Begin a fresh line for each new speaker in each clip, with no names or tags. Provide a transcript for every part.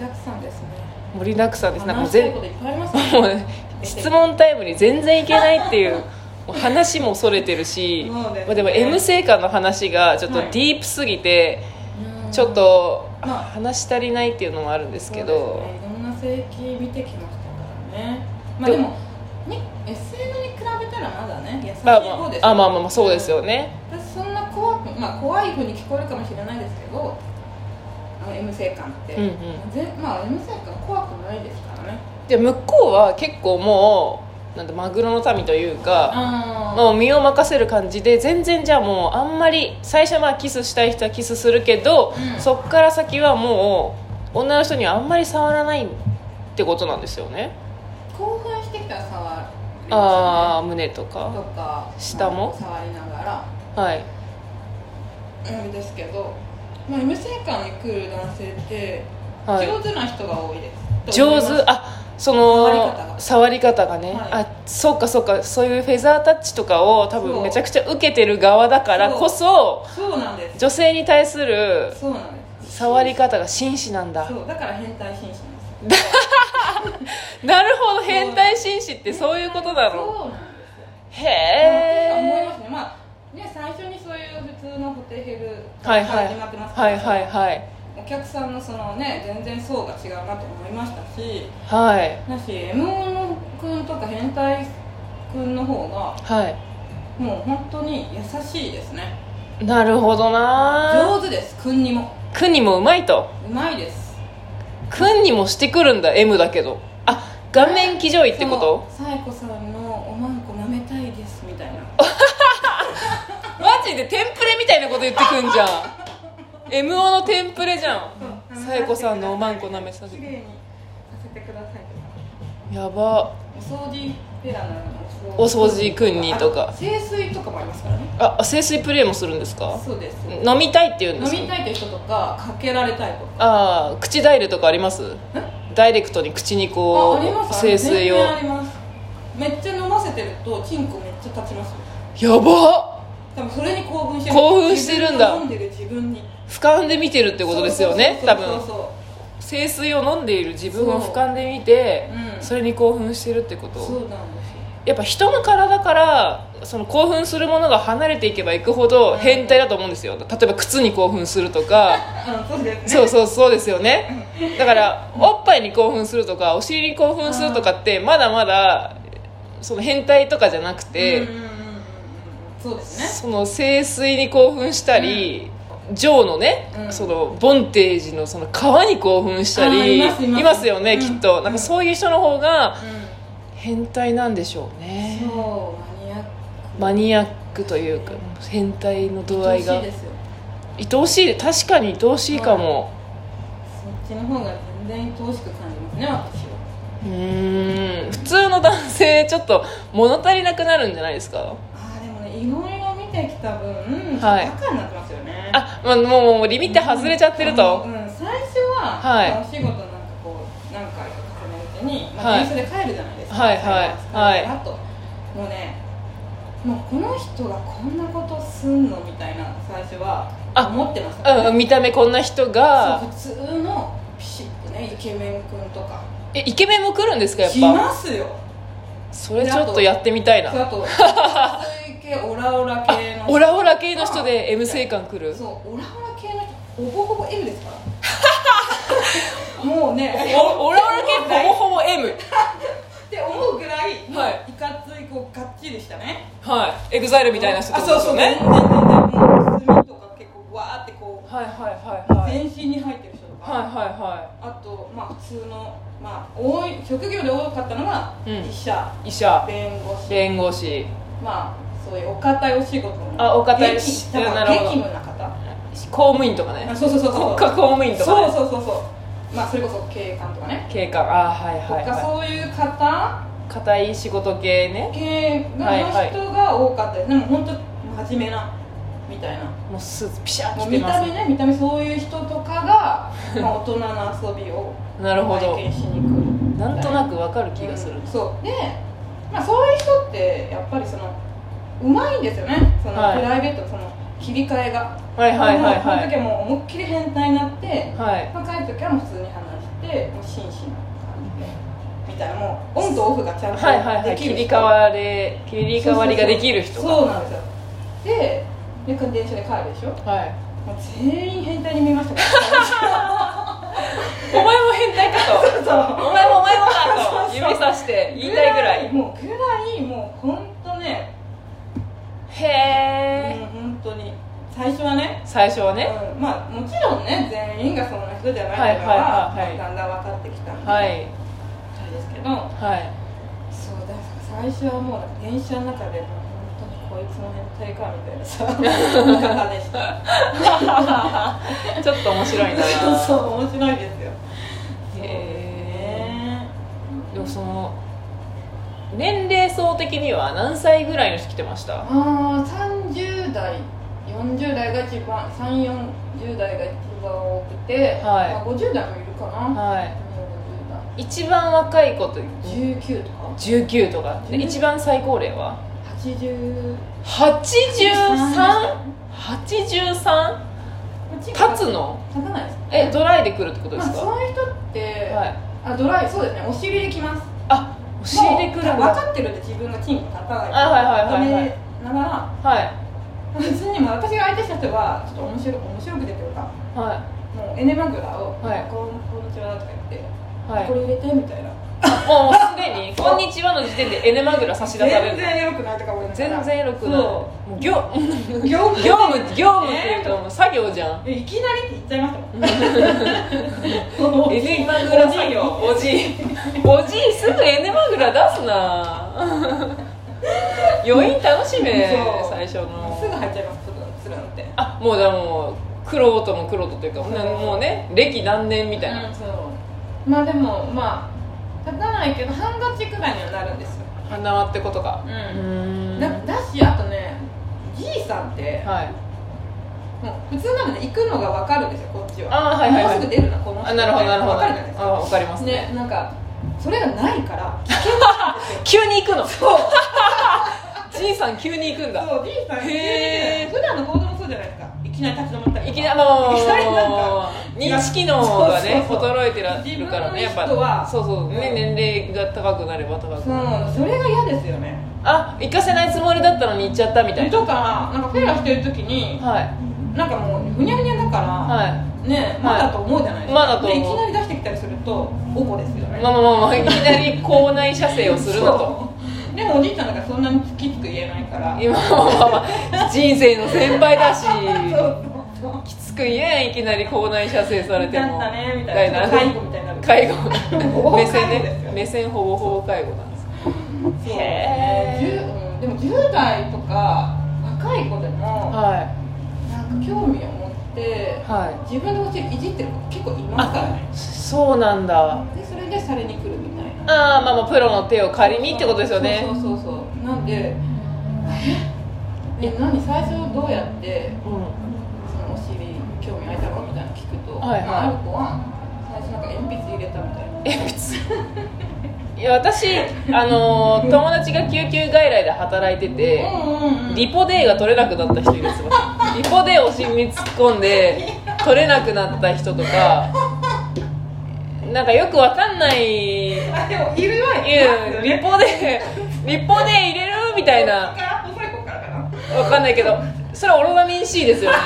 だくさんですね
盛りだくさんですなんかも
話し
う
たい
全
こといっぱいあります
も
ね
う質問タイムに全然いけないって いうもう話もそれてるし、
もうね
まあ、でも M 成果の話がちょっと
は
デ
い
ィープすぎて、
うん
ちょっと
まあ
話し足りないっていうのもあるんですけ
そう
ど
ですねいろんな性域見てきましたからねまあでもに SN に比べたらまだね優しい
まあ
方ですよ
まああまあまあまあそうですよね
私そんな怖く、まあ、怖いふうに聞こえるかもしれないですけどあの M 性感って、
うんうん
ぜまあ M 性感怖くないですからね
で向こうは結構もうなんだマグロの民というか
あ
もう身を任せる感じで全然じゃあもうあんまり最初はまあキスしたい人はキスするけど、
うん
そっから先はもう女の人にはあんまり触らないってことなんですよね
興奮してきたら触る
ああ胸とか
とか
下も
まあ触りながら
はい
あれですけど、まあ、M 性感に来る男性って
は
上手な人が多いで
い
す、と思い
上
ます
手あそ
触
の
り方が
触り方がね、
はい
あそうかそうかそういうフェザータッチとかを多
そう
分めちゃくちゃ受けてる側だからこそ
そうなんです
女性に対する
そうなんです
触り方が紳士なんだ
そうだから変態紳士なんです
なるほど変態紳士ってそういうことなの
そうなんですよ
へ
まあ思いま
え
すねまあね最初にそういう普通のホテヘル
はい
から
はい
始まってますから
はいはいはい
お客さんのそのね全然層が違うなと思いましたし
はい
だし M の君とか変態君の方が
は
もう本当に優しいですね
いなるほどな
上手です君にも
君にもうまいと
うまいです
君にもしてくるんだ M だけどあ顔面騎乗位ってこと
そうサイコさんのおまんこ舐めたいですみたいな
マジでテンプレみたいなこと言ってくんじゃん M オのテンプレじゃん
そう
さえこさんのおまんこ舐めさせ
綺
て
麗にさせてください
やば
お掃除ペラなのに
お掃除くんにとか
あ清水とかもありますからね
あ清水プレイもするんですか
そうです
飲みたいって言うん
飲
ですか
みたいって人とかかけられたいとか
ああ口ダイレとかありますダイレクトに口にこ
あありま
う
す
清水を
全然ありますめっちゃ飲ませてるとチンコめっちゃ立ちますよ
やばっ
多分それに興奮してる
興奮してるんだ
自分が飲んでる自分にっ
俯瞰で見てるってことですよね多分
そう
清水を飲んでいる自分を俯瞰で見て
うん
それに興奮してるってこ
そうそう
と
そうなんですよ
やっぱ人の体からその興奮するものが離れていけばいくほど変態だと思うんですよ例えば靴に興奮すると か
あそうですね
そうそうそうですよねだからおっぱいに興奮するとかお尻に興奮するとかってまだまだその変態とかじゃなくて、
うんうんうんうんうんそうですね
その清水に興奮したり、ジョーのね、
うん
そのボンテージのその川に興奮したり
あーいますいます
よね、
うん
きっとなんかそういう人の方が
うん
変態なんでしょうね
そうマニアック
マニアックというか変態の度合いが
愛おしいですよ
愛おしい確かに愛おしいかも、
そっちの方が全然愛おしく感じますね私は
うーん普通の男性ちょっと物足りなくなるんじゃないですか
あーでもねいろいろ見てきた分、うん、
はい
バカになってますよね
あ、まあ、もうもうリミット外れちゃってると
うん、最初は、
はい
まあお仕事なんかこう何回か重ねるうちに、まあ
はい
電車で帰るじゃないですか
はいはいはい
あともうねもうこの人がこんなことすんのみたいな最初は
あ
思ってました
うんうん見た目こんな人が
そう普通のピシッとねイケメン君とか
えイケメンも来るんですかやっ
来
ぱ
ますよ
それちょっとやってみたい
そう
な
あと水系オラオラ
あ
系の
オラオラ系の人で M 性感来る
そうオラオラ系の人ほぼほぼ M ですから もうね
おオラオラ系ほぼほぼ M
って思うぐらい、もう
はい
いかついこうがっちりしたね
はいエグザイルみたいな人って
あ
こ
そ
と
う
です
そ
よ
う全然
ね
全然もう墨とか結構わーってこ
はいはいは
う、
いはい
全身に入ってる人とか、
はいは
あとまあ普通のまあ多い職業で多かったのが、
うん
医者
い医者
弁護士
弁護士
まあそういうお堅いお仕事の
あお堅いし
激だから
なるほど
激務な方
公務員とかね
あそうそうそうそう
国家公務員とか
そう
ね
そうそうそうまあそれこそ警官とかね、
警官あはい
と
はい
か
は
そういう方
い硬い仕事系ね
系の人が多かったです、でも本当真面目なみたいな
もうスーツピシャー
もう
着て
見
ま
た
す
目ね見た目そういう人とかが、まあ、大人の遊びを
なるほど
体験しに来る
なんとなくわかる気がする
うんそうで、まあ、そういう人ってやっぱりそのうまいんですよねその、
はい
プライベートその切り替えが
はいはいはい
もう
は
この時
い
はもう思いっきり変態になって、
はい
まあ、帰る時はもう普通に話してもう真摯な感じでみたいなもうオンとオフがちゃん
はいはい
と
は
で
い
き
切
る
り
人
替われ切り替わりができる人が
そうなんですよでで電車で帰るでしょ
はい
もう全員変態に見えましたから
お前も変態かと
そう
お前もお前もか
そう
と
そう
指さして言いたいぐらい
もうぐらいもう本当ね、
へえ
もう本当に最初はね、
最初はね
うんまあもちろんね全員がそんな人じゃないっていうの
はい
は,、
はいはいはい
だんだん分かってきたんで、
はい
あれですけど
はい
そうだから最初はもう電車の中で本当にこいつの変態かみたいなさ見方でした
ちょっと面白いな
そう面白いですよそう
へえ
ね
でもその年齢層的には何歳ぐらいの人来てました
あー30代40代が一番340代が一番多くて、
はい
まあ、50代もいるかな、
は
40代
い一番若い子と
19とか
19とかで
19
一番最高齢は
80…
8383立
立
つの
立たないです
えドライで来るってことで
まあ、
すか、
そういう人って、
はい
あドライそうですねお尻できます
あお尻で来るん
もう分
だ
かってるって自分がチンコ立たない
あはいはいはいはい
認めながら
は
普
い
通にまあ私が相手した人はちょっと面白く面白くてというか
は
もうエネマグラを「
はい
こんこんにちは」とか言って、
いはい
これ入れて」みたいな
もうすでに「こんにちは」の時点でエネマグラ差し出され
全
る
然エロくないとか思いながら
全然エロくない
そ
もう業
う業務
業務業務っていうともう作業じゃん
えいきなりって言っちゃいましたもん
エネマグラ作業おじいおじいすぐエネマグラ出すな余韻楽しめ
そう
最初の
すぐ入っちゃいますつるんって
あもうだもう苦労とも苦労とというか
そう
なもうね歴何年みたいな、
うんそうまあでもまあ立たないけどハンカチくらいにはなるんですよ
花輪ってことか
うん
ーん
だだしあとねじいさんって
はい
もう普通なので行くのが分かるんですよこっちは
あーはいはいはい
もうすぐ出るなこの人
あなるほどなるほど
分かるじゃないです
あわかります
か
ね
ねなんかそれがないから危険なんですよ
急に行くの
そう
じいさん急に行くんだ
そうじいさん
へー
普段の行動もそうじゃないですかいきなり立ち止まったり
い
とか
きなりあの
いきなりなんか
ー認知機能がね
そうそうそう
衰えてらるからねやっ
自分の人は
ぱそうそうね
うん
年齢が高くなれば高くなる
そうそれが嫌ですよね
あ行かせないつもりだったのに行っちゃったみたいな
とかなんかフェラしてる時に
はい
なんかもうふにゃふにゃだから、
は
ねまだと思うじゃないですか、
まだと思う
でいきなり出してきたりするとおこですよね
いまあまあまあまあいきなり校内射精をするなと
そうでもおじいちゃんだからそんなにつきつく言えないから
今は人生の先輩だし
そうそうそう
きつく言えんいきなり校内射精されて
だ
も
ったねみたいな介護みたいになる
介 護
ほぼ
目線
介護です
ね
よ
目線ほぼほぼ介護なんです
そう
へ
ねじゅうんでも10代とか若い子でも
は
なんか興味を持って
いは
自分のお尻いじってる子結構いますからね
いそうなんだ
でそれでされに来るみたいな
ああまあまあプロの手を借りにってことですよね
そうそうそうそうなんでええ何最初どうやって
うん
そのお尻興味あいたのみたいなの聞くと、
はいはい
まあ、ある子は最初なんか鉛筆入れたみたいな
え別にいや私あのー友達が救急外来で働いてて
うんうんうん
リポデーが取れなくなった人いるんですよリポデーをお尻に突っ込んで取れなくなった人とかなんかよくわかんないいう
あでもいるよう
リポデーリポデー入れるみたいな
から細い子からかな
わかんないけどそれはオロナミン C ですよね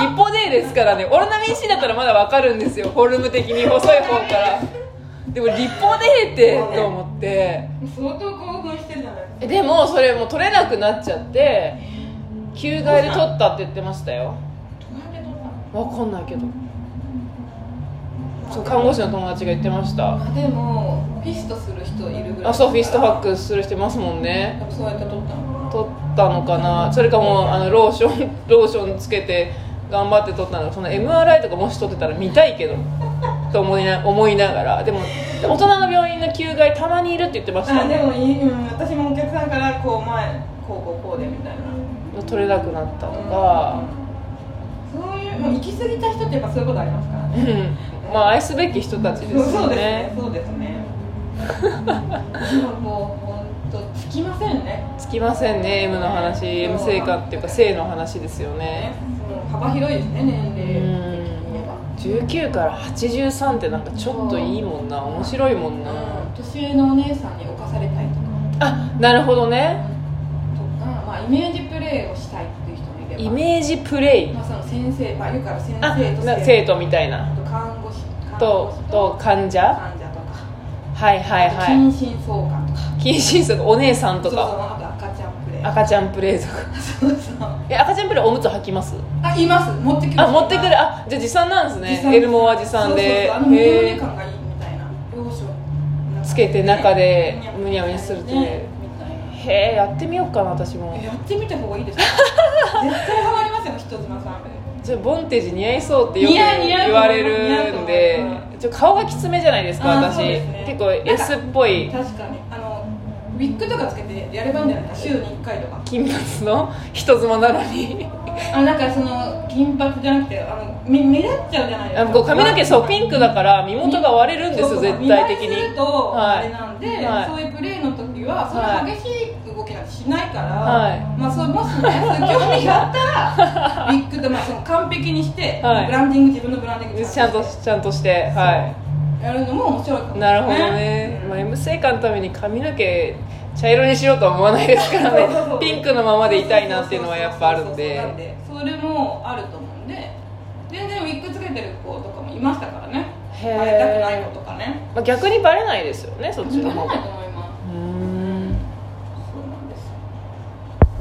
リポデーですからねオロナミン C だったらまだわかるんですよフォルム的に細い方からでもリポデーってと思って
相当興奮してるじゃないですか
えでもそれもう取れなくなっちゃって球外で取ったって言ってましたよ
どうやって撮ったの
わかんないけどそう看護師の友達が言ってました
まあでもフィストする人いるぐらい
あそうフィストハッ
ク
クする人いますもんね
そうやって撮ったの
取ったのかなそれかもうあのローション ローションつけて頑張って取ったのかその MRI とかもし取ってたら見たいけどと思いな思いながらでも大人の病院の救害たまにいるって言ってました
あでもいい、うん、私もお客さんからこう前こうこうこうでみたいな
取れなくなったとか、
そういうもう行き過ぎた人ってやっぱそういうことありますからね
うん、まあ愛すべき人たちです
そ
よね
うですね。そうですね。もう本とつきませんね
つきませんね M の話 M 性化っていうか性の話ですよね
ねもう幅広いですね年齢
う
的に言えば
ん19から83ってなんかちょっといいもんな面白いもんな
うん年上のお姉さんに侵されたいとか
あなるほどね
とか、まあ、イメージプレーをしたいっていう人もいれば
イメージプレイ
まあ、その先生、まあ、言うから先
あ
生と
な生
生
徒みたいな
と看護師看護
と
師
と患者
患者とか、
はいはい
あと
はい
近親相関とか
近親族お姉さん
そう
と
そう
か
あと赤ちゃんプレー
赤ちゃんプレイとか
そうそう
え赤ちゃんプレイおむつ履きます
あいます持ってくる
あ持ってくるあじゃあ持参なんです
持
ね
参
エルモア持参で
そうそうそうあの無
へ
料
え
感がいいみたいな要所
つけて中でむにゃむにゃするっていう
みたいな
へえやってみようかな私も
えやってみた方がいいですよ絶対ハマりますよ人妻さん
ちょボンテージ似合いそうってよく
似合う似合う
言われるん
似合う
で
と思
ちょ顔がきつめじゃないですか
あー
私、
そうですね
結構 S っぽい
確かにあのウィッグとかつけてやればいいんじゃないか週に1回とか
金髪の人妻なのに
あなんかその金髪じゃなくてあのみ目立っちゃうじゃないです
あ
か
こう髪の毛そうピンクだから身
身
元が割れるんですよ絶対的
見する
に
と
はい
あれなんで、
はい
そういうプレーの時はそ
は
ん
い
な激しい動きなんてしないから、
はい
まあ、そうもしねそういう興味があった らビッグと、まあ、その完璧にして、
はい
ブランディング自分のブランディング
ちゃんとちゃんとしては
やるのも面白いかも
いなるほどね、まあ、M 性感のために髪の毛茶色にしようとは思わないですから
そうそうそ
ね
う
ピンクのままでいたいなっていうのはやっぱあるん
そうそうそうそう
で
そうなんでそれもあると思うんで全然ウィッグつけてる子とかもいましたからね
へ
会いたくない
え
子とかね
まあ、逆にバレないですよねそっち
分
の
かん
方
ない
が
と思い